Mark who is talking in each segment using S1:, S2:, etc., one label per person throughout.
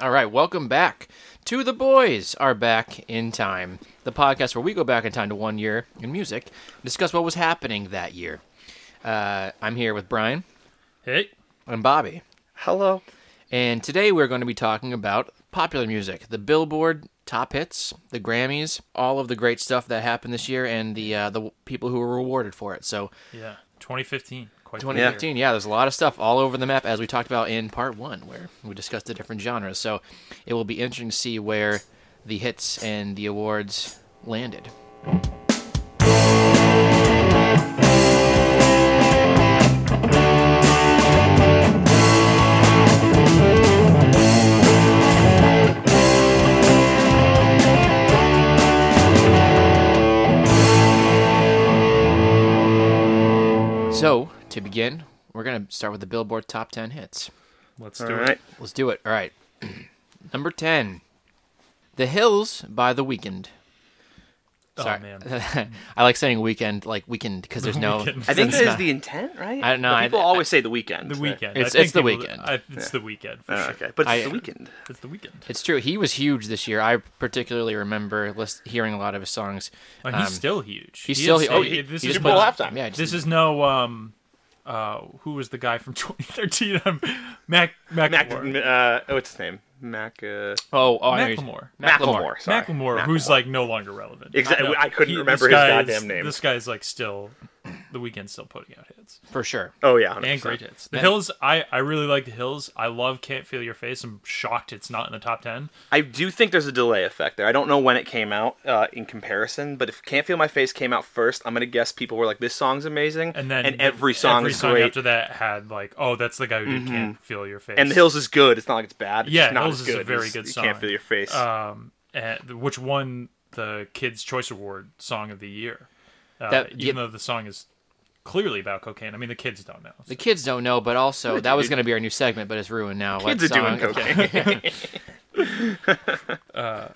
S1: All right, welcome back to The Boys Are Back in Time, the podcast where we go back in time to one year in music, discuss what was happening that year. Uh, I'm here with Brian
S2: Hey.
S1: and Bobby,
S3: Hello.
S1: and today we're going to be talking about popular music, the Billboard top hits, the Grammys, all of the great stuff that happened this year, and the uh, the people who were rewarded for it. So
S2: Yeah. 2015. Quite the year.
S1: 2015. Yeah. there's a lot of stuff all over the map, as we talked about in part one, where we discussed the different genres. So it will be interesting to see where the hits and the awards landed. So to begin, we're gonna start with the Billboard Top 10 hits.
S2: Let's
S3: All
S2: do
S3: right.
S2: it.
S1: Let's do it. All right. Number 10, The Hills by The Weeknd. Sorry.
S2: Oh man.
S1: I like saying weekend, like weekend, because there's no.
S2: Weeknd.
S3: I think
S1: it's
S3: that is
S1: not-
S3: the intent, right?
S1: I don't know,
S3: But
S1: I-
S3: People
S1: I-
S3: always say the weekend.
S2: The weekend.
S1: It's-
S2: I think
S1: it's the
S2: people-
S1: weekend.
S2: I, it's the weekend for
S3: Oh,
S2: sure.
S3: okay, but it's
S1: I-
S3: the weekend.
S2: It's the weekend.
S1: It's true. He was huge this year. I particularly remember list- hearing a lot of his songs.
S2: But he's
S1: Um,
S2: still huge.
S1: he's
S2: He
S1: still
S2: is-
S1: hu- oh, he-
S2: this
S1: he
S2: is
S1: just
S2: no-
S1: played
S3: halftime.
S1: Yeah,
S2: This is no um uh who was the guy from 2013? I'm Mac Mac
S3: Mac,
S2: Macklemore.
S3: uh, oh, what's his name? Mac. Uh,
S1: Oh, oh, I know you're-
S2: Macklemore.
S1: Macklemore.
S3: Macklemore. Sorry.
S2: Macklemore, who's like no longer relevant.
S3: Exactly.
S2: know.
S3: I couldn't
S2: He- this
S3: remember his
S2: guy is-
S3: goddamn name.
S2: This guy's like still the weekend's still putting out hits.
S1: for sure.
S3: Oh yeah. 100%.
S2: And great hits. The
S1: Man.
S2: Hills, I, I really like The Hills. I love Can't Feel Your Face. I'm shocked it's not in the top 10.
S3: I do think there's a delay effect there. I don't know when it came out uh, in comparison, but if "Can't Feel My Face" came out first, I'm gonna guess people were like, "This song's amazing,"
S2: And then
S3: and every song
S2: every
S3: is
S2: song
S3: great. Mm-hmm.
S2: after that had like, oh, that's the guy who did Can't Feel Your Face.
S3: and "The Hills" is good. It's not like it's bad. It's
S2: Yeah,
S3: just not
S2: Hills
S3: as
S2: is a
S3: good.
S2: very
S3: as
S2: good
S3: you
S2: song.
S3: Can't feel your face.
S2: Um, and, which won the Kids' Choice Award Song of the Year. Uh,
S1: That-
S2: even
S1: yeah.
S2: though the song is clearly about cocaine. I mean, the kids don't know.
S1: The kids don't know, but also that was going to be our new segment, but it's ruined now.
S3: Kids are
S1: What
S3: doing
S1: song-
S3: cocaine.
S1: All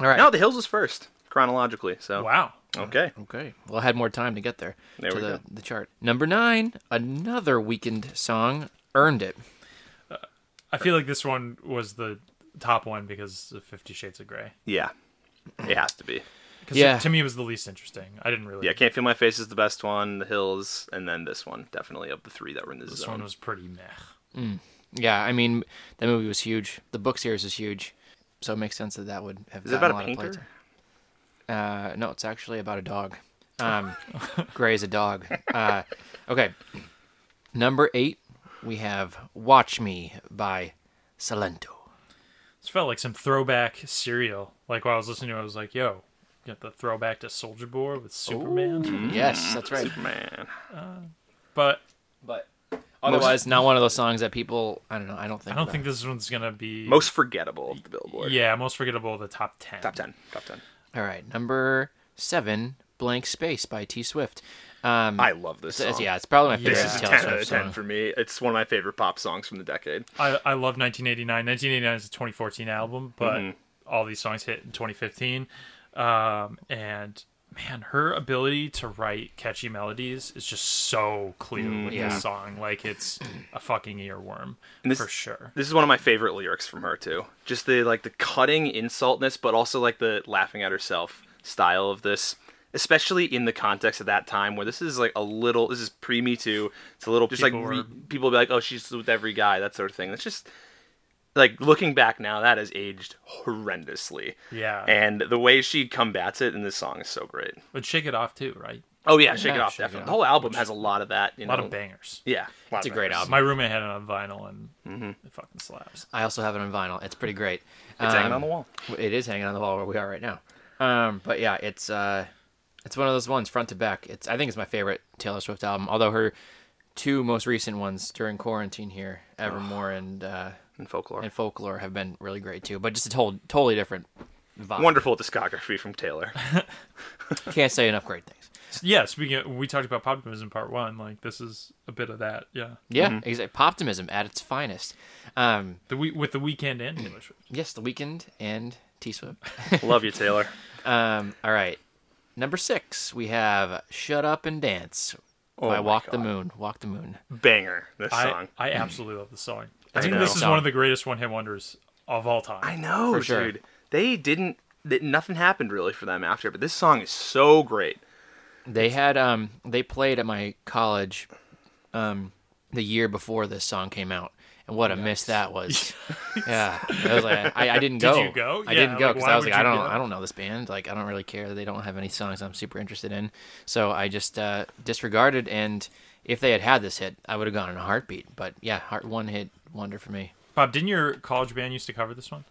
S1: right.
S3: no, "The Hills" was first chronologically. So
S2: Wow.
S3: okay.
S1: Okay. Well, I had more time to get there,
S3: There
S1: to
S3: we
S1: the,
S3: go.
S1: the chart. Number nine, another weekend song, Earned It.
S2: I feel like this one was the top one because of Fifty Shades of Grey.
S3: Yeah, it has to be.
S2: Because
S1: Yeah.
S2: to me, it was the least interesting. I didn't really.
S3: Yeah, Can't Feel My Face is the best one, The Hills, and then this one, definitely of the three that were in this,
S2: this
S3: zone.
S2: one was pretty meh.
S1: Yeah, I mean, that movie was huge. The book series is huge. So it makes sense that that would have
S3: Is it
S1: gotten
S3: about a
S1: lot of
S3: painter?
S1: playtime. Uh, no, it's actually about a dog. Um, Gray's a dog. Uh, okay. Number eight, we have Watch Me by Salento.
S2: This felt like some throwback serial. Like while I was listening to it, I was like, yo, got the throwback to Soldier Boy with Superman.
S1: Yes, that's right.
S3: Man,
S2: But
S1: But otherwise, not one of those songs that people, I don't know, I don't think.
S2: I don't
S1: about.
S2: think this one's going to be.
S3: most forgettable of the Billboard.
S2: Yeah, most forgettable of the top 10.
S3: top ten, top ten.
S1: All right. Number seven, Blank Space by T Swift. Um,
S3: I love this
S1: it's-
S3: song.
S1: yeah, it's probably my favorite
S2: This
S3: This
S2: is
S3: is
S2: a
S1: Taylor
S3: 10 out
S1: Swift
S3: of
S1: song.
S3: 10 for me. It's one of my favorite pop songs from the decade.
S2: I, I love 1989. 1989 is a 2014 album, but
S3: Mm-hmm.
S2: all these songs hit in 2015. Um, and man, her ability to write catchy melodies is just so clear
S3: Mm,
S2: with
S1: yeah.
S2: this song. Like it's a fucking earworm
S3: And this-
S2: for sure.
S3: This is one of my favorite lyrics from her too. Just the like the cutting insultness, but also like the laughing at herself style of this, especially in the context of that time where this is like a little. This is pre Me Too. It's a little just
S2: People
S3: like
S2: were-
S3: re, people be like, oh, she's with every guy, that sort of thing. That's just like looking back now, that has aged horrendously.
S2: Yeah.
S3: And the way she combats it in this song is so great.
S2: But shake it off too, right?
S3: Oh yeah, shake it
S1: Yeah,
S3: off.
S1: Shake It
S3: Definitely,
S1: Off.
S3: the whole album has a lot of that.
S2: A
S3: You
S2: lot
S3: know?
S2: of bangers.
S3: Yeah, lot
S1: It's
S3: of
S1: a great
S3: bangers.
S1: album.
S2: My roommate had it on vinyl and
S3: Mm-hmm.
S2: it fucking slaps.
S1: I also have it on vinyl. It's pretty great.
S3: It's hanging
S1: Um,
S3: on the wall.
S1: It is hanging on the wall where we are right now. Um, but yeah, it's uh, it's one of those ones front to back. It's I think it's my favorite Taylor Swift album. Although her two most recent ones during quarantine here, Evermore and uh,
S3: in folklore.
S1: and Folklore, have been really great too. But just a whole, totally different vibe.
S3: Wonderful discography from Taylor.
S1: Can't say enough great things.
S2: Yeah, speaking of, we talked about populism part one. Like this is a bit of that. Yeah.
S1: Yeah,
S3: Mm-hmm.
S1: exactly. Poptimism at its finest. Um,
S2: The we- with the weekend and Taylor Swift.
S1: yes, The Weekend and T Swift.
S3: Love you, Taylor.
S1: Um, all right. Number six, we have Shut Up and Dance by
S3: Oh my
S1: Walk the
S3: God.
S1: Moon. Walk the Moon.
S3: Banger. This
S2: I,
S3: song.
S2: I absolutely love the song. I
S1: That's
S2: think
S1: a
S2: this
S1: great
S2: is
S1: song.
S2: one of the greatest one hit wonders of all time.
S3: I know,
S1: For sure.
S3: dude. They didn't. That nothing happened really for them after, but this song is so great.
S1: They had um they played at my college um the year before this song came out. And what a miss that was. yeah. I was like I, I didn't
S2: Did
S1: go.
S2: you go?
S1: I
S2: Yeah,
S1: didn't go
S2: like,
S1: because
S2: why
S1: I was
S2: would
S1: like, I
S2: you
S1: don't
S2: go?
S1: I don't know this band. Like I don't really care. They don't have any songs I'm super interested in. So I just uh disregarded and if they had had this hit, I would have gone in a heartbeat. But yeah, heart one hit wonder for me.
S2: Bob, didn't your college band used to cover this one?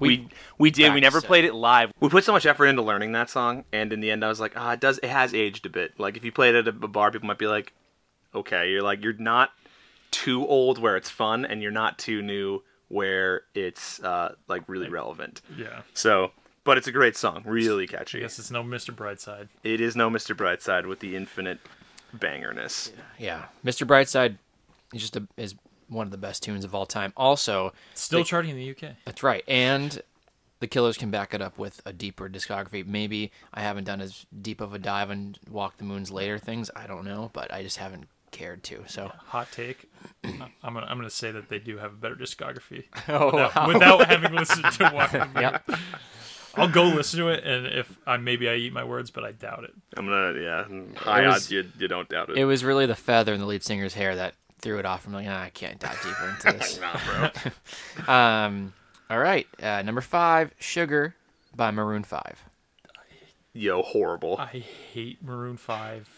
S3: We we did. We
S1: practiced
S3: never
S1: it.
S3: played it live. We put so much effort into learning that song, and in the end, I was like, ah, it does. It has aged a bit. Like if you played it at a bar, people might be like, okay, you're like you're not too old where it's fun, and you're not too new where it's uh, like really relevant.
S2: Yeah.
S3: So, but it's a great song, really
S2: I
S3: catchy.
S2: guess it's no Mr. Brightside.
S3: It is no Mr. Brightside with the infinite bangerness.
S1: Yeah. Mr. Brightside is just a, is one of the best tunes of all time. Also,
S2: Still charting in the UK.
S1: That's right. And the Killers can back it up with a deeper discography. Maybe I haven't done as deep of a dive on Walk the Moon's later things. I don't know, but I just haven't cared to. So
S2: Hot take. I'm gonna, I'm gonna say that they do have a better discography
S1: Oh,
S2: without,
S1: wow.
S2: without having listened to Walk the Moon.
S1: Yep.
S2: I'll go listen to it, and if I maybe I eat my words, but I doubt it.
S3: I'm gonna, yeah. I
S1: was-
S3: odds you, you don't doubt it.
S1: it was really the feather in the lead singer's hair that threw it off. I'm like, "Ah, I can't dive deeper into this.
S3: Nah, bro.
S1: um, all right. Uh, number five, Sugar by Maroon 5.
S3: Yo, horrible.
S2: I hate Maroon Five.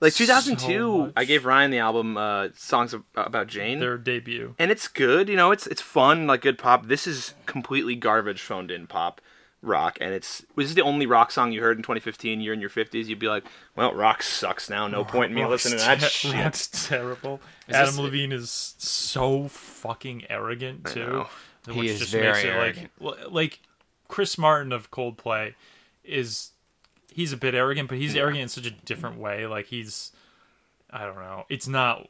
S3: like
S2: so
S3: 2002,
S2: much.
S3: I gave Ryan the album uh, "Songs Ab- About Jane,"
S2: Their debut.
S3: and it's good. You know, it's it's fun, like good pop. This is completely garbage phoned in pop rock, and it's this is the only rock song you heard in 2015. You're in your 50s, you'd be like, "Well, rock sucks now. No point in me
S2: Rock's
S3: listening to that
S2: te-
S3: shit."
S2: Rock's Oh, terrible.
S1: Is
S2: Adam
S1: this-
S2: Levine is so fucking arrogant too.
S3: know.
S2: Which
S1: He is
S2: just
S1: very
S2: makes it
S1: arrogant.
S2: like well, like Chris Martin of Coldplay is he's a bit arrogant, but he's arrogant in such a different way. Like he's I don't know. It's not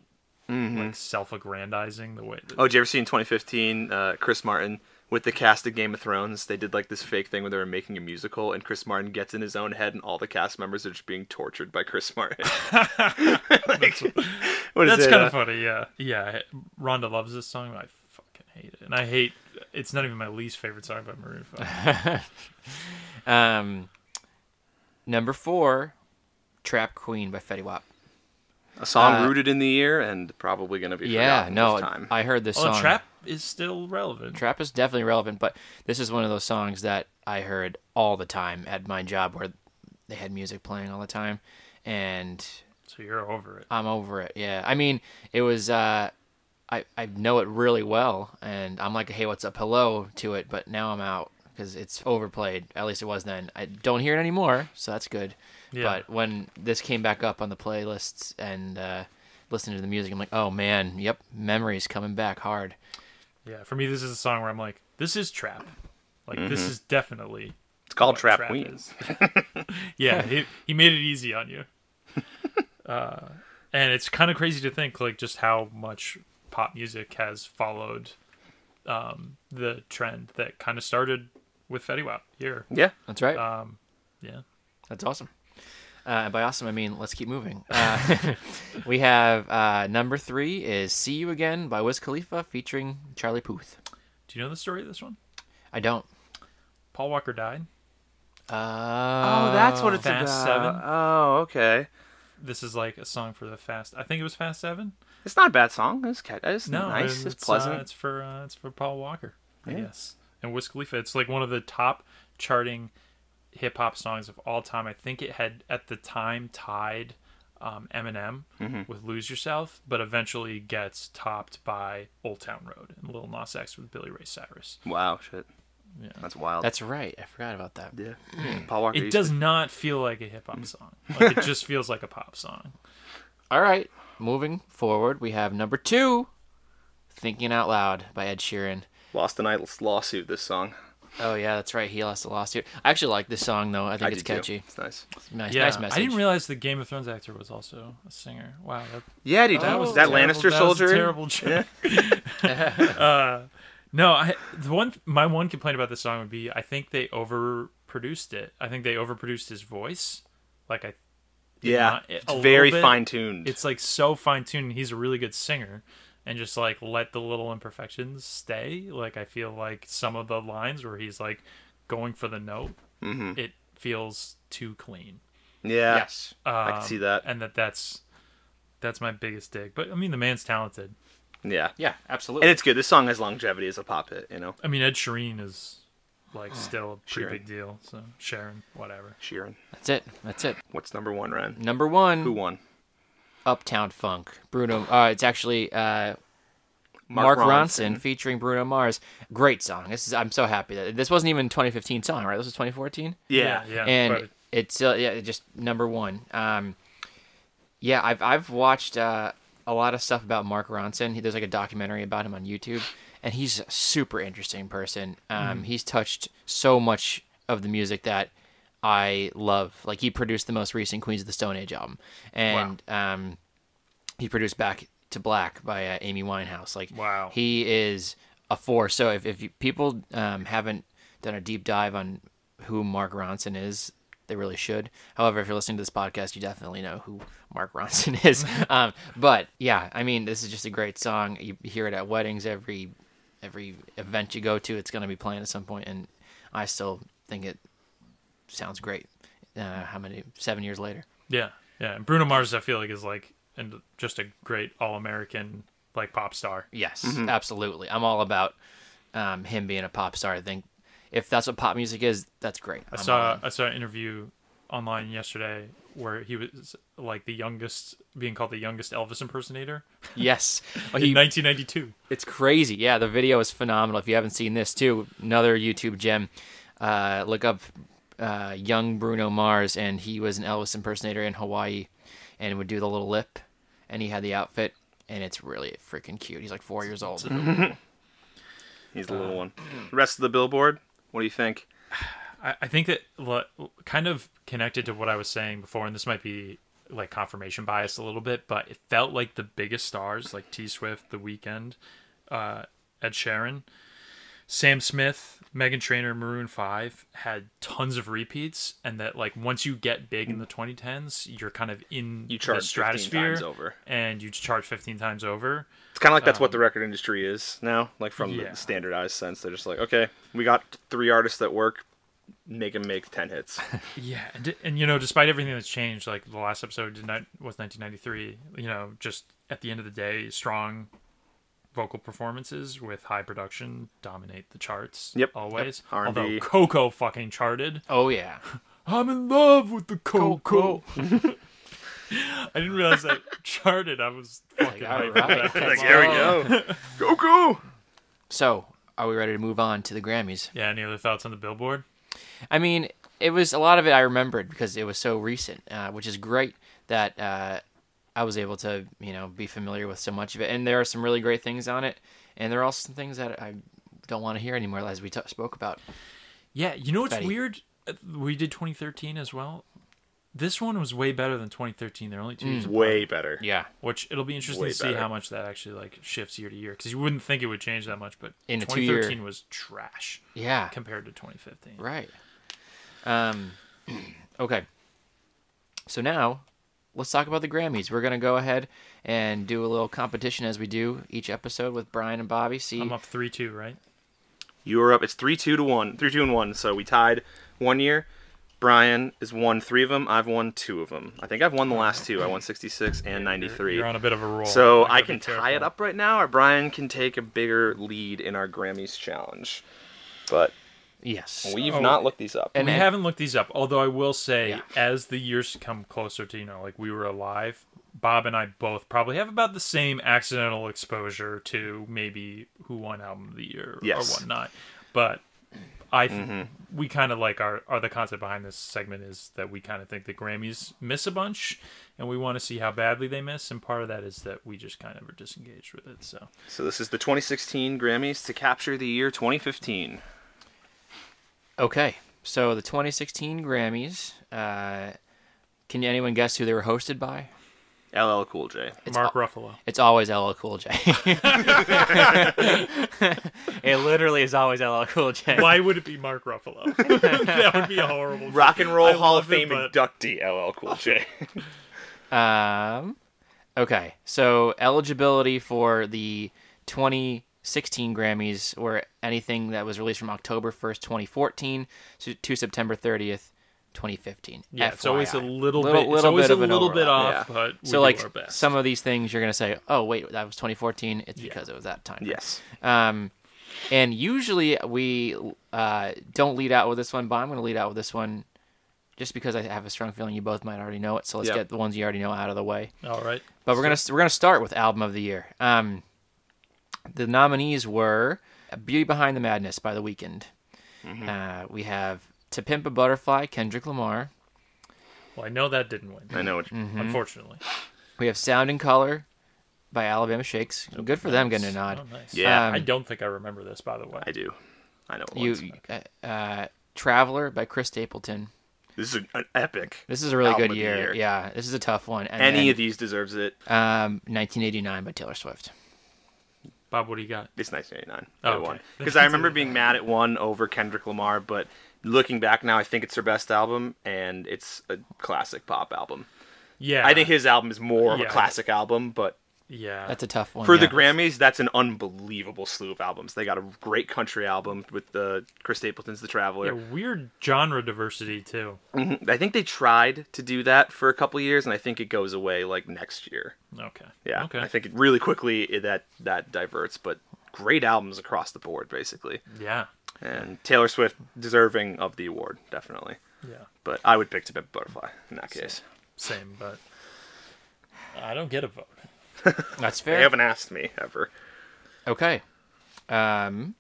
S1: Mm-hmm.
S2: like self-aggrandizing the way that
S3: Oh, did you ever see in 2015 uh, Chris Martin with the cast of Game of Thrones? They did like this fake thing where they were making a musical, and Chris Martin gets in his own head, and all the cast members are just being tortured by Chris Martin. Like, what is
S2: That's
S3: it,
S2: kind
S3: uh,
S2: of funny, yeah. Yeah, Rhonda loves this song, but I fucking hate it. And I hate it's not even my least favorite song by Maroon 5.
S1: Um, number four, Trap Queen by Fetty Wap.
S3: a song
S1: uh,
S3: rooted in the year and probably going to be
S1: Yeah,
S3: forgotten
S1: no,
S3: with time.
S1: I heard this
S2: Although
S1: song.
S2: Oh, Trap is still relevant.
S1: Trap is definitely relevant, but this is one of those songs that I heard all the time at my job where they had music playing all the time and
S2: So you're over it.
S1: I'm over it. Yeah. I mean, it was uh I I know it really well and I'm like, "Hey, what's up? Hello" to it, but now I'm out cuz it's overplayed. At least it was then. I don't hear it anymore, so that's good.
S2: Yeah.
S1: But when this came back up on the playlists and uh listening to the music, I'm like, "Oh man, yep, memories coming back hard."
S2: Yeah, for me, this is a song where I'm like, this is trap. Like, this is definitely
S3: it's Mm-hmm. called
S2: what
S3: Trap, Queen.
S2: is. yeah, he, he made it easy on you. Uh, and it's kind of crazy to think, like, just how much pop music has followed um, the trend that kind of started with Fetty Wap here.
S3: Yeah,
S1: That's right.
S2: Yeah.
S1: That's awesome. Uh, by awesome, I mean let's keep moving. Uh, we have uh, number three is "See You Again" by Wiz Khalifa featuring Charlie Puth.
S2: Do you know the story of this one?
S1: I don't.
S2: Paul Walker died.
S1: Uh,
S3: that's what
S2: it's Fast about. Seven.
S3: Oh, okay.
S2: This is like a song for the fast. I think it was Fast Seven.
S3: It's not a bad song. It's, ca- it's
S2: No,
S3: nice.
S2: and
S3: It's, pleasant.
S2: Uh, it's for uh, it's for Paul Walker, I guess. And Wiz Khalifa. It's like one of the top charting hip hop songs of all time. I think it had at the time tied um, Eminem
S3: Mm-hmm.
S2: with "Lose Yourself," but eventually gets topped by "Old Town Road" and Lil Nas X with Billy Ray Cyrus.
S3: Wow, shit. That's wild.
S1: That's right. I forgot about that.
S3: yeah. Paul
S2: Hmm.
S3: Walker.
S2: It
S3: used to-
S2: does not feel like a hip hop
S3: Mm.
S2: song. Like it just feels like a pop song.
S1: All right. Moving forward, we have number two, "Thinking Out Loud" by Ed Sheeran.
S3: Lost an Idol's lawsuit. This song.
S1: Oh yeah, that's right. He lost a lawsuit. I actually like this song though. I think
S3: I
S1: it's
S3: did too.
S1: catchy.
S3: It's nice.
S1: Nice,
S2: Yeah,
S1: nice message.
S2: I didn't realize the Game of Thrones actor was also a singer. Wow, that,
S3: Yeah, dude.
S2: Oh, That was
S3: that
S2: terrible-
S3: Lannister
S2: that was a
S3: soldier.
S2: terrible joke. Uh, no, I the one my one complaint about this song would be I think they overproduced it. I think they overproduced his voice. Like I,
S3: yeah,
S2: not- Uh, a
S3: it's
S2: little
S3: very
S2: bit.
S3: fine tuned.
S2: it's like so fine tuned. He's a really good singer, and just like let the little imperfections stay. Like I feel like some of the lines where he's like going for the note,
S3: Mm-hmm.
S2: it feels too clean.
S3: Yeah.
S1: Yes.
S3: I can
S2: Um,
S3: see that.
S2: and that that's that's my biggest dig. But I mean, the man's talented.
S3: Yeah.
S1: Yeah, absolutely.
S3: And it's good. This song has longevity as a pop hit, you know?
S2: I mean, Ed Sheeran is like
S1: Oh,
S2: still a pretty
S3: Sheeran.
S2: big deal. So Sharon, whatever.
S3: Sheeran.
S1: That's it. That's it.
S3: What's number one, Ryan?
S1: Number one,
S3: Who won?
S1: Uptown Funk. Bruno. Uh, it's actually uh, Mark, Ronson. featuring Bruno Mars. Great song. This is. I'm so happy that this wasn't even 2015 song, right? This was 2014.
S3: Yeah.
S2: yeah.
S1: and
S2: but-
S1: it's uh, yeah, just number one. Um, yeah, I've I've watched uh, a lot of stuff about Mark Ronson. He, there's like a documentary about him on YouTube, and he's a super interesting person. Um, He's touched so much of the music that I love. Like he produced the most recent Queens of the Stone Age album, and um, he produced Back to Black by uh, Amy Winehouse. Like
S2: Wow.
S1: he is a force. So if if you, people um, haven't done a deep dive on who Mark Ronson is, they really should. However, if you're listening to this podcast, you definitely know who Mark Ronson is. um, but yeah, I mean, this is just a great song. You hear it at weddings every every event you go to. It's going to be playing at some point, and I still think it sounds great. Uh, how many seven years later?
S2: Yeah, yeah. And Bruno Mars, I feel like, is like and just a great all-American like pop star.
S1: Yes, absolutely. I'm all about um, him being a pop star. I think if that's what pop music is, that's great.
S2: I saw I saw an interview online yesterday where he was like the youngest, being called the youngest Elvis impersonator
S1: yes, Oh,
S2: in
S1: he-
S2: 1992.
S1: it's crazy. Yeah, the video is phenomenal. If you haven't seen this too, another YouTube gem. Uh, look up uh, young Bruno Mars, and he was an Elvis impersonator in Hawaii, and would do the little lip, and he had the outfit, and it's really freaking cute. He's like four years old.
S3: He's the little one. The rest of the billboard, what do you think?
S2: I, I think that lo- kind of connected to what I was saying before, and this might be like confirmation bias a little bit, but it felt like the biggest stars, like T Swift, The Weeknd, uh, Ed Sheeran, Sam Smith, Megan Trainor, Maroon Five had tons of repeats, and that like once you get big in the 2010s, you're kind of in
S3: You charge
S2: the
S3: 15 times
S2: stratosphere
S3: over.
S2: and you charge 15 times over.
S3: It's kind of like that's what the record industry is now, like from
S2: Um, yeah.
S3: the standardized sense. They're just like, okay, we got three artists that work, make them make 10 hits.
S2: Yeah, and, and you know, despite everything that's changed, like the last episode did not was 1993. You know, just at the end of the day, strong vocal performances with high production dominate the charts.
S3: Yep.
S2: always.
S3: Yep. R&B.
S2: Although Coco fucking charted.
S1: Oh yeah,
S2: I'm in love with the Coco. I didn't realize that charted. I was fucking
S1: all
S2: hyped.
S1: right.
S3: like, there we go. Go, go.
S1: So, are we ready to move on to the Grammys?
S2: Yeah. Any other thoughts on the Billboard?
S1: I mean, it was a lot of it I remembered because it was so recent, uh, which is great that uh, I was able to, you know, be familiar with so much of it. And there are some really great things on it, and there are also some things that I don't want to hear anymore, as we t- spoke about.
S2: Yeah, you know what's
S1: Betty.
S2: weird? Uh, We did 2013 as well. This one was way better than 2013. They're only two years apart.
S3: Way better.
S1: Yeah,
S2: which it'll be interesting
S3: Way
S2: to see
S3: better.
S2: how much that actually like shifts year to year because you wouldn't think it would change that much but
S1: In a two-year-
S2: 2013 was trash
S1: yeah,
S2: compared to 2015
S1: right. Um, okay. So now, let's talk about the Grammys. We're gonna go ahead and do a little competition as we do each episode with Brian and Bobby. See,
S2: i'm up 3-2 right
S3: You were up. It's three two to one, three two and one. So we tied one year. Brian has won three of them. I've won two of them. I think I've won the last two. I won 66 and 93.
S2: you're on a bit of a roll
S3: So
S2: You gotta
S3: I
S2: be
S3: can tie
S2: careful.
S3: it up right now, or Brian can take a bigger lead in our Grammys challenge. But
S1: yes,
S3: we've
S2: So-
S3: not looked these up.
S1: And-
S2: we haven't looked these up although i will say
S1: Yeah.
S2: as the years come closer to you know like we were alive bob and i both probably have about the same accidental exposure to maybe who won album of the year
S3: Yes.
S2: or whatnot but I th-
S1: Mm-hmm.
S2: we kind of like our, our the concept behind this segment is that we kind of think the Grammys miss a bunch, and we want to see how badly they miss. And part of that is that we just kind of are disengaged with it. So
S3: so this is the 2016 Grammys to capture the year 2015.
S1: Okay, so the 2016 Grammys. Uh, can anyone guess who they were hosted by?
S3: LL Cool J.
S2: Mark Ruffalo,
S1: It's always LL Cool J. it literally is always LL Cool J.
S2: why would it be Mark Ruffalo? that would be a horrible.
S3: Rock and Roll
S2: I
S3: Hall of
S2: love it,
S3: Fame
S2: but-
S3: inductee LL Cool J.
S1: Um, Okay, so eligibility for the 2016 Grammys or anything that was released from October 1st, 2014 to, to September 30th, 2015.
S2: Yeah, it's always a
S1: FYI. Little-
S2: little, bit. It's
S1: little
S2: always
S1: bit
S2: a
S1: of an
S2: little bit
S1: overlap,
S2: off,
S3: yeah.
S2: but we
S1: So,
S2: do
S1: like,
S2: our best.
S1: some of these things you're going to say, oh, wait, that was 2014. It's because it was that time.
S3: Yes.
S1: Um, and usually we uh, don't lead out with this one, but I'm going to lead out with this one just because I have a strong feeling you both might already know it. So let's
S3: Yep.
S1: get the ones you already know out of the way.
S2: All right.
S1: But we're gonna we're gonna start with album of the year. Um, the nominees were "Beauty Behind the Madness" by The Weeknd.
S2: Mm-hmm.
S1: Uh, we have "To Pimp a Butterfly" Kendrick Lamar.
S2: Well, I know that didn't win,
S3: I know what
S2: Mm.
S3: you
S1: Mm-hmm.
S2: unfortunately.
S1: We have "Sound and Color" by Alabama Shakes. Good for them getting a nod.
S2: Oh, nice.
S3: Yeah.
S1: Um,
S2: I don't think I remember this, by the way.
S3: I do. I know what
S1: You,
S3: ones.
S1: uh, uh, "Traveler" by Chris Stapleton.
S3: This is a, an epic.
S1: This is a really
S3: Album
S1: good
S3: of the
S1: year.
S3: year.
S1: Yeah, this is a tough one. And
S3: Any
S1: then,
S3: of these deserves it.
S1: um, 1989 by Taylor Swift.
S2: Bob, what do you got?
S3: It's 1989.
S2: Oh,
S3: I
S2: okay.
S3: won. Because I remember being mad at one over Kendrick Lamar, but looking back now, I think it's her best album, and it's a classic pop album.
S2: Yeah.
S3: I think his album is more of
S2: Yeah.
S3: a classic album, but
S2: Yeah.
S1: That's a tough one.
S3: for the
S1: yeah.
S3: Grammys, that's an unbelievable slew of albums. They got a great country album with the Chris Stapleton's The
S2: yeah,
S3: Traveler.
S2: weird genre diversity too.
S3: Mhm. I think they tried to do that for a couple years, and I think it goes away like next year.
S2: Okay.
S3: Yeah,
S2: Okay.
S3: I think it really quickly it- that that diverts, but great albums across the board basically.
S2: yeah.
S3: And Taylor Swift deserving of the award definitely.
S2: Yeah.
S3: But I would pick To Pimp a Butterfly in that case.
S2: Same, but I don't get a vote.
S1: That's
S3: They
S1: fair.
S3: haven't asked me ever.
S1: Okay. Um,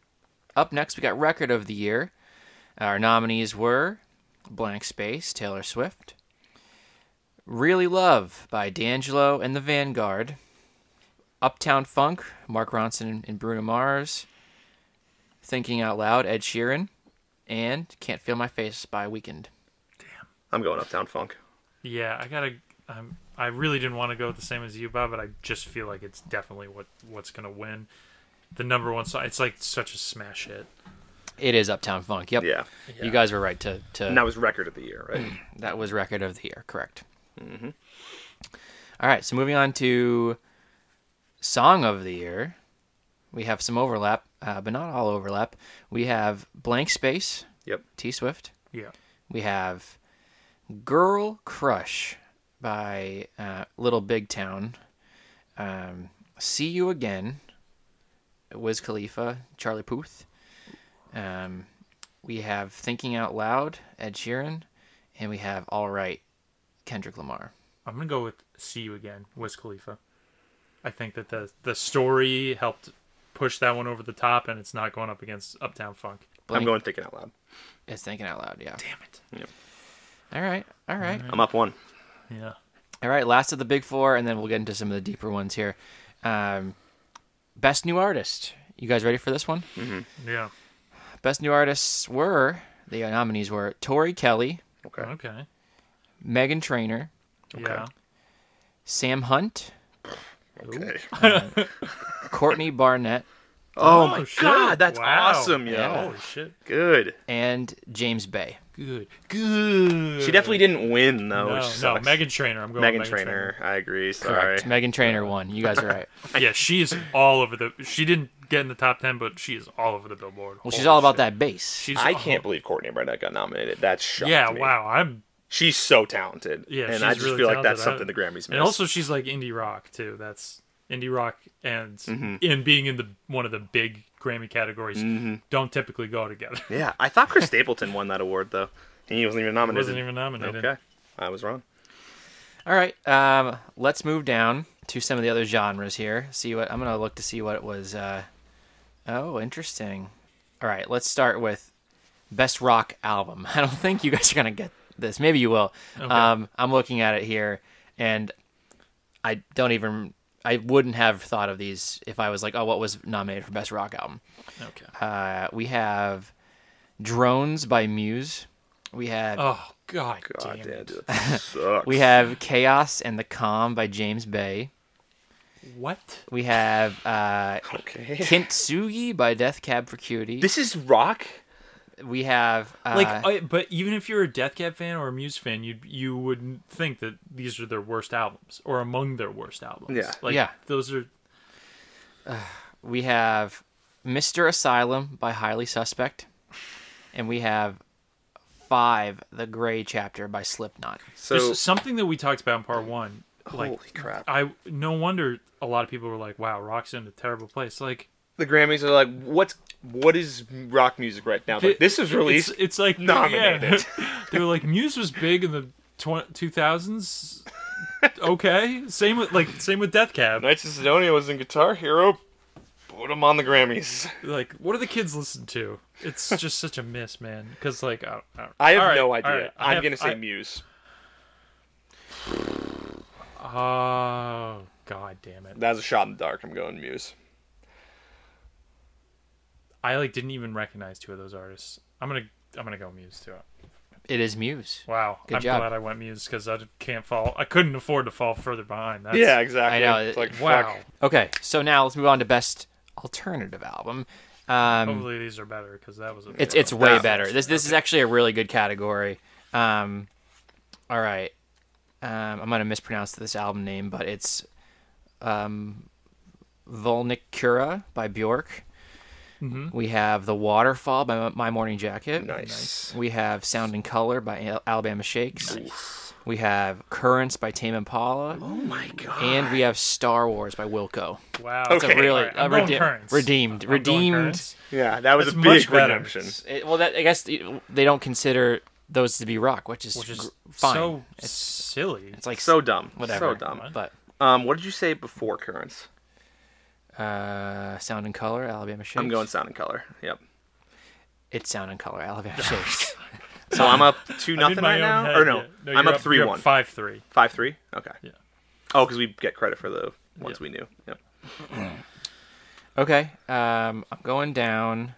S1: up next, we got Record of the Year. Our nominees were Blank Space, Taylor Swift, Really Love by D'Angelo and the Vanguard, Uptown Funk, Mark Ronson and Bruno Mars, Thinking Out Loud, Ed Sheeran, and Can't Feel My Face by Weekend.
S3: I'm going Uptown Funk.
S2: Yeah, I gotta. I'm, I really didn't want to go with the same as you, Bob, but I just feel like it's definitely what what's gonna win. The number one song. It's like such a smash hit.
S1: It is Uptown Funk. Yep.
S3: Yeah.
S1: You guys were right to, to
S3: And that was record of the year, right?
S2: Mm.
S1: That was record of the year, correct. All right, so moving on to song of the year, we have some overlap, uh, but not all overlap. We have Blank Space,
S3: yep.
S1: T Swift.
S2: Yeah.
S1: We have Girl Crush by uh, Little Big Town. Um, See You Again, Wiz Khalifa, Charlie Puth. Um, we have Thinking Out Loud, Ed Sheeran. And we have All Right, Kendrick Lamar.
S2: I'm gonna go with "See You Again" Wiz Khalifa. I think that the the story helped push that one over the top, and it's not going up against Uptown Funk.
S1: Blank
S3: I'm going thinking out loud.
S1: is Thinking Out Loud, yeah.
S2: Damn it!
S1: All right, all right.
S3: I'm up one.
S2: Yeah,
S1: All right, last of the big four, and then we'll get into some of the deeper ones here. Um, best New Artist. You guys ready for this one?
S2: yeah,
S1: Best new artists were the nominees were Tori Kelly,
S3: Okay.
S2: okay,
S1: Megan Trainor,
S2: yeah.
S1: Sam Hunt,
S3: Okay.
S1: Courtney Barnett,
S3: Oh, my
S2: shit.
S3: god, that's
S2: Wow.
S3: awesome, yo.
S2: Yeah. Holy shit!
S3: Good.
S1: and James Bay.
S2: Good, good.
S3: She definitely didn't win though.
S2: no,
S3: which
S2: no.
S3: sucks.
S2: Megan Trainer. I'm going.
S3: Megan
S2: with
S3: Trainer. I agree. Sorry.
S1: Correct. Megan Trainor won. You guys are right.
S2: Trainor. Yeah, she's all over the. She didn't get in the top ten, but she is all over the Billboard.
S1: Well, she's all about that bass.
S2: She's.
S3: I
S2: all-
S3: can't believe Courtney Barnett got nominated. That's shocking.
S2: Yeah, wow. I'm.
S3: She's so talented.
S2: Yeah,
S3: and
S2: she's
S3: I just
S2: really
S3: feel like that's
S2: talented.
S3: something the Grammys missed.
S2: And also, she's like indie rock too. That's indie rock and
S3: Mm-hmm.
S2: and being in the one of the big Grammy categories don't typically go together.
S3: yeah, I thought Chris Stapleton won that award though. He wasn't even nominated.
S2: Wasn't even nominated.
S3: Okay, I was wrong.
S1: All right, um, let's move down to some of the other genres here. See what I'm gonna look to see what it was. Uh... Oh, interesting. All right, let's start with best rock album. I don't think you guys are gonna get this. Maybe you will. Um, I'm looking at it here, and I don't even. I wouldn't have thought of these if I was like, oh, what was nominated for best rock album?
S2: Okay.
S1: Uh, we have Drones by Muse. We have
S2: Oh God,
S3: God
S2: damn
S3: damn,
S2: it!
S3: dude, that sucks.
S1: we have Chaos and the Calm by James Bay.
S2: What?
S1: We have uh,
S3: okay.
S1: Kintsugi by Death Cab for Cutie.
S3: This is rock.
S1: we have uh,
S2: Like, I, but even if you're a Death Cab fan or a Muse fan, you you would think that these are their worst albums or among their worst albums.
S3: Yeah.
S2: like
S1: Yeah.
S2: those are
S1: we have Mr. Asylum by Highly Suspect, and we have Five, The Gray Chapter by Slipknot.
S3: So
S2: there's something that we talked about in part one. Like, uh,
S3: Holy crap.
S2: I no wonder a lot of people were like, "Wow, rock's in a terrible place." Like,
S3: the Grammys are like, what's what is rock music right now? Like, this is released.
S2: It's, it's like
S3: nominated.
S2: yeah. they were like, Muse was big in the two thousands. okay, same with like same with Death Cab.
S3: Knights of Sidonia was in Guitar Hero. Put him on the Grammys.
S2: Like, what do the kids listen to? It's just such a miss, man. Because like, I, don't, I, don't-
S3: I have
S2: All right,
S3: no
S2: all
S3: idea.
S2: right, I
S3: I'm
S2: have-
S3: gonna say
S2: I-
S3: Muse.
S2: Oh god, damn it!
S3: That was a shot in the dark. I'm going Muse.
S2: I like didn't even recognize two of those artists. I'm gonna I'm gonna go Muse too.
S1: It is Muse.
S2: Wow,
S1: Good
S2: I'm
S1: job.
S2: glad I went Muse because I can't fall. I couldn't afford to fall further behind. That's,
S3: yeah, exactly.
S1: I know,
S3: It's
S1: it-
S3: like
S2: Wow.
S3: fuck.
S1: Okay, so now let's move on to Best Alternative Album. Um,
S2: Hopefully these are better because that was a
S1: It's it's way
S3: Yeah.
S1: better. This this is actually a really good category. Um, all right, um, I'm gonna mispronounce this album name, but it's um, Volnicura by Bjork.
S2: Mm-hmm.
S1: We have The Waterfall by My Morning Jacket.
S3: Nice.
S1: We have Sound and Color by Al- Alabama Shakes. We have Currents by Tame Impala.
S3: Oh my god.
S1: And we have Star Wars by Wilco.
S2: wow.
S1: It's
S3: Okay,
S1: a really
S2: alright,
S1: a
S2: I'm going
S1: redeem-
S2: Currents.
S1: redeemed,
S2: I'm going
S1: redeemed
S2: Currents.
S3: yeah, that was
S2: That's
S3: a
S2: much
S3: big
S2: better.
S3: redemption.
S1: it- well, that I guess the- they don't consider those to be rock, which is,
S2: which is
S1: gr- fine.
S2: so silly.
S1: it's like
S3: So dumb.
S1: whatever,
S3: So dumb.
S1: But
S3: Um, what did you say before Currents?
S1: uh, sound and color, Alabama Shakes.
S3: I'm going Sound and Color. Yep.
S1: It's sound and color, Alabama Shakes.
S3: So I'm up two nothing
S2: In my
S3: right
S2: own
S3: now,
S2: head,
S3: or no,
S2: yeah.
S3: I'm
S2: you're
S3: up three
S2: you're
S3: one, five
S2: five three.
S3: three. Okay.
S2: Yeah.
S3: Oh, because we get credit for the ones
S2: Yeah.
S3: we knew. Yep.
S1: okay, um, I'm going down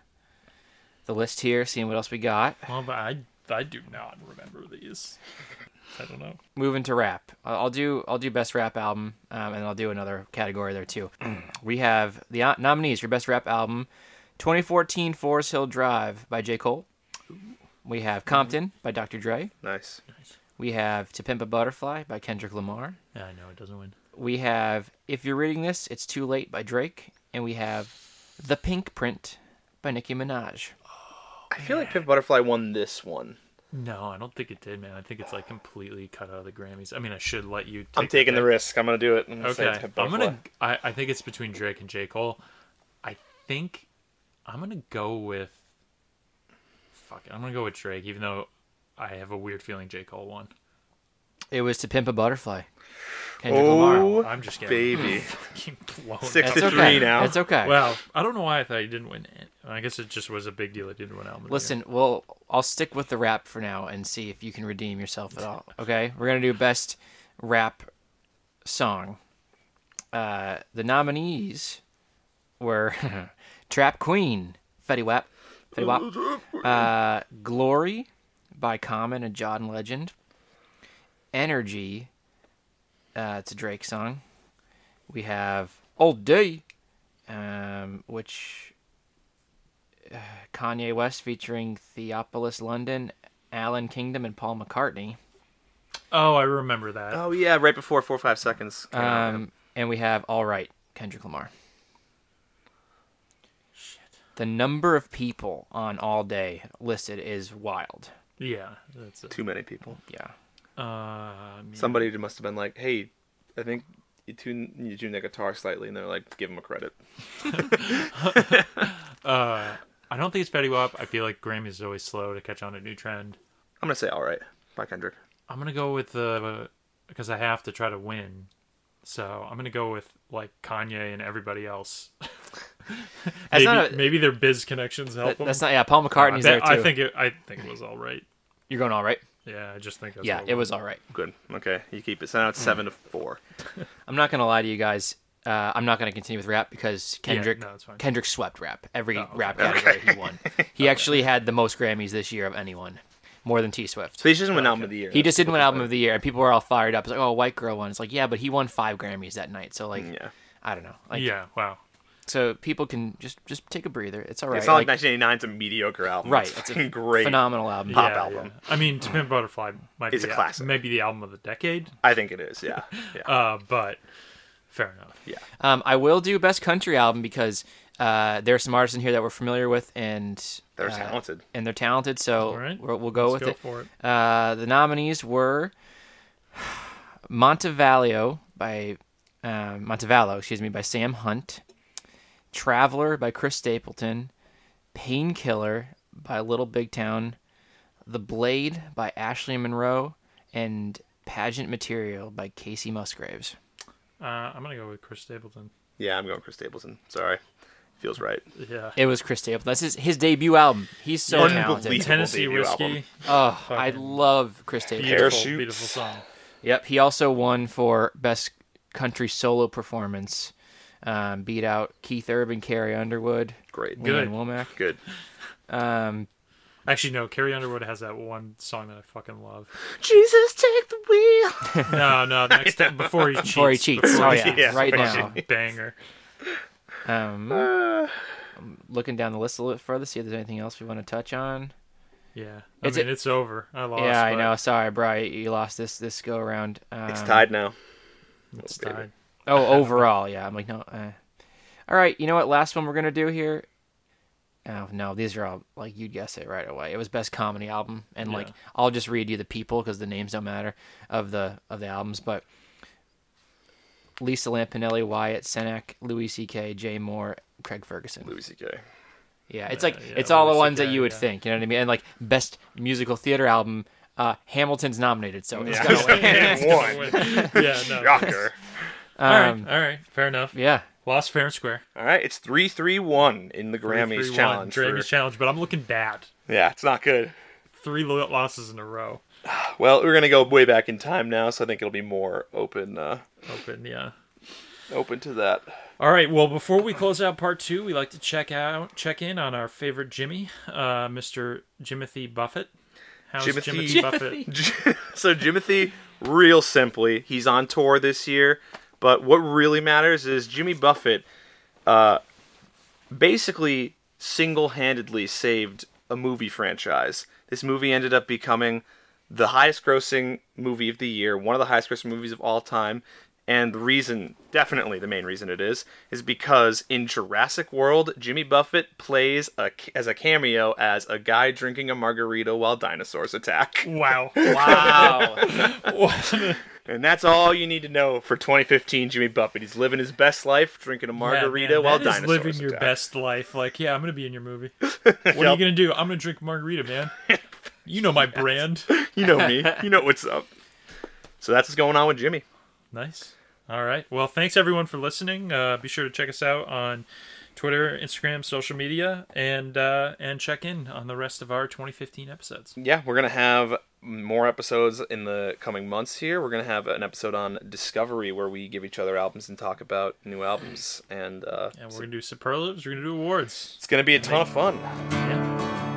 S1: the list here, seeing what else we got.
S2: Well, but I I do not remember these. I don't know.
S1: Moving to rap, I- I'll do I'll do best rap album, um, and I'll do another category there too. we have the uh, nominees for best rap album: 2014 Forest Hill Drive by J Cole. We have Compton by Dr. Dre.
S3: Nice.
S1: We have To Pimp a Butterfly by Kendrick Lamar.
S2: Yeah, I know it doesn't win.
S1: We have If You're Reading This, It's Too Late by Drake. And we have The Pink Print by Nicki Minaj.
S3: I feel like Pimp Butterfly won this one.
S2: No, I don't think it did, man. I think it's like completely cut out of the Grammys. I mean, I should let you. Take
S3: I'm taking the
S2: pick.
S3: risk. I'm gonna do it. I'm gonna say it's
S2: Okay,
S3: Pimp
S2: I'm
S3: Butterfly.
S2: gonna. I, I think it's between Drake and J Cole. I think I'm gonna go with. Fuck it, I'm gonna go with Drake, even though I have a weird feeling J Cole won.
S1: It was To Pimp a Butterfly. Kendrick Lamar.
S3: Oh,
S2: I'm just getting
S3: baby.
S2: fucking blown.
S3: Six
S2: out.
S1: It's
S3: to
S1: okay.
S3: three now.
S1: It's okay.
S2: Wow, I don't know why I thought you didn't win. it. I guess it just was a big deal. It didn't win album. of the
S1: Listen, well, I'll stick with the rap for now and see if you can redeem yourself at all. Okay? We're going to do Best Rap Song. Uh, the nominees were Trap Queen, Fetty Wap, Fetty Wap, uh, Glory by Common and John Legend, Energy, uh, it's a Drake song. We have Old Day, um, which Kanye West featuring Theophilus London, Alan Kingdom, and Paul McCartney.
S2: year. Oh, I remember that.
S3: Oh yeah, right before four or five seconds. came out.
S1: Um, and we have All Right, Kendrick Lamar. The number of people on All Day listed is wild.
S2: yeah, that's it.
S3: Too many people.
S1: Yeah.
S2: Uh, I mean,
S3: Somebody must have been like, "Hey, I think you tune you tune that guitar slightly," and they're like, "Give him a credit."
S2: I don't think it's Fetty Wap. I feel like Grammys is always slow to catch on to new trend.
S3: I'm gonna say all right by Kendrick.
S2: I'm gonna go with the because I have to try to win. So I'm gonna go with like Kanye and everybody else.
S1: That's
S2: maybe,
S1: not a-
S2: maybe their biz connections help
S1: That-
S2: them.
S1: that's not, yeah, Paul McCartney's
S2: I,
S1: there
S2: bet-
S1: too.
S2: I think it. I think it was all right.
S1: You're going All Right?
S2: Yeah, I just think. That's
S1: Yeah,
S2: what
S1: it was All Right.
S3: Good. Okay, you keep it. So now it's seven to four.
S1: I'm not going to lie to you guys. Uh, I'm not going to continue with rap because Kendrick
S2: no, it's fine. Oh,
S1: Kendrick swept rap. Every
S2: okay.
S1: rap category he won. He actually had the most Grammys this year of anyone, more than T Swift.
S3: So he just didn't win album of the year.
S1: He just didn't win album of the year, and people were all fired up. It's like, oh, a white girl won. It's like, yeah, but he won five Grammys that night. So like,
S3: Yeah.
S1: I don't know. Like,
S2: Yeah. Wow.
S1: so people can just just take a breather. It's all right.
S3: It's not like,
S1: Like,
S3: 1989. It's a mediocre album.
S1: right,
S3: It's,
S1: it's
S3: fucking
S1: a
S3: great.
S1: phenomenal album.
S3: Pop album.
S2: I mean, To Pimp a Butterfly might
S3: It's
S2: be
S3: a classic.
S2: maybe the album of the decade.
S3: I think it is. Yeah. Yeah.
S2: Uh, but fair enough.
S3: yeah.
S1: Um, I will do best country album because uh, there are some artists in here that we're familiar with and
S3: They're
S1: uh,
S3: talented.
S1: and they're talented. So
S2: All right.
S1: we'll, we'll go
S2: Let's
S1: with
S2: go for
S1: it. Uh, the nominees were Montevallo by uh, Montevallo, excuse me, by Sam Hunt, Traveler by Chris Stapleton, Painkiller by Little Big Town, The Blade by Ashley Monroe, and Pageant Material by Casey Musgraves.
S2: Uh, I'm gonna go with Chris Stapleton.
S3: Yeah. I'm going Chris Stapleton. Sorry. Feels right.
S2: Yeah.
S1: It was Chris Stapleton. That's his, his debut album. He's so
S3: Yeah.
S1: talented.
S3: Unbelievable.
S2: Tennessee
S3: debut
S2: whiskey.
S3: album.
S1: Oh, I love Chris Stapleton.
S2: Beautiful,
S3: Parachute.
S2: beautiful song.
S1: Yep, he also won for best country solo performance. Um, beat out Keith Urban, Carrie Underwood,
S3: Great.
S2: Good.
S1: Leanne Womack.
S3: Good.
S2: Actually, no. Carrie Underwood has that one song that I fucking love.
S3: Jesus, take the wheel.
S2: No, no. Next time, before he cheats.
S1: Before he cheats. Oh yeah,
S3: Yeah,
S1: right now.
S2: Fucking Banger.
S1: Um, I'm looking down the list a little bit further, see if there's anything else we want to touch on.
S2: Yeah. I
S1: It's a-
S2: mean, it's over. I lost.
S1: yeah, I
S2: but
S1: know. Sorry, Bri, you lost this this go around. Um,
S3: It's tied now.
S2: It's
S3: Oh, baby.
S2: tied.
S1: Oh, overall, yeah. I'm like, no. Uh. All right, you know what? Last one we're gonna do here. Oh no, these are all like you'd guess it right away. It was best comedy album, and like
S2: Yeah.
S1: I'll just read you the people because the names don't matter of the of the albums. But Lisa Lampanelli, Wyatt Cenac, Louis C.K., Jay Moore, Craig Ferguson.
S3: Louis C.K.
S1: Yeah, it's like
S2: yeah,
S1: it's all the
S2: Louis
S1: ones that
S2: CK,
S1: you would
S2: yeah.
S1: think. You know what I mean? And like best musical theater album, uh, Hamilton's nominated, so it's gonna win.
S3: One.
S2: yeah. No.
S3: Shocker.
S2: All right.
S1: Um,
S2: All right. Fair enough.
S1: Yeah.
S2: Lost fair and square.
S3: All right, it's three three one in the Grammys
S2: 3-3-1,
S3: challenge. for-
S2: Grammys challenge. But I'm looking bad.
S3: yeah, it's not good.
S2: Three lo- losses in a row.
S3: Well, we're gonna go way back in time now, so I think it'll be more open, uh,
S2: Open. Yeah.
S3: open to that.
S2: All right. Well, before we close out part two, we like to check out, check in on our favorite Jimmy, uh, Mr. Jimothy Buffett. How's
S3: Jimothy-
S2: Jimothy, Buffett?
S3: so Jimothy, real simply, he's on tour this year, but what really matters is Jimmy Buffett, uh, basically single-handedly saved a movie franchise. This movie ended up becoming the highest-grossing movie of the year, one of the highest-grossing movies of all time. And the reason, definitely the main reason it is, is because in Jurassic World, Jimmy Buffett plays a, as a cameo as a guy drinking a margarita while dinosaurs attack.
S2: Wow.
S1: Wow.
S3: And that's all you need to know for 2015 Jimmy Buffett. He's living his best life, drinking a margarita
S2: man,
S3: while
S2: that is
S3: dinosaurs
S2: living your
S3: attack.
S2: best life. Like, yeah, I'm gonna be in your movie. What are you gonna do? I'm gonna drink margarita, man. You know my brand.
S3: You know me. You know what's up. So that's what's going on with Jimmy.
S2: Nice. All right. Well, thanks everyone for listening. Uh, be sure to check us out on Twitter, Instagram, social media, and uh, and check in on the rest of our 2015 episodes.
S3: Yeah, we're gonna have more episodes in the coming months. Here, we're gonna have an episode on Discovery where we give each other albums and talk about new albums, and uh,
S2: And we're gonna do superlatives. We're gonna do awards.
S3: it's gonna be a ton of fun.
S2: Yeah.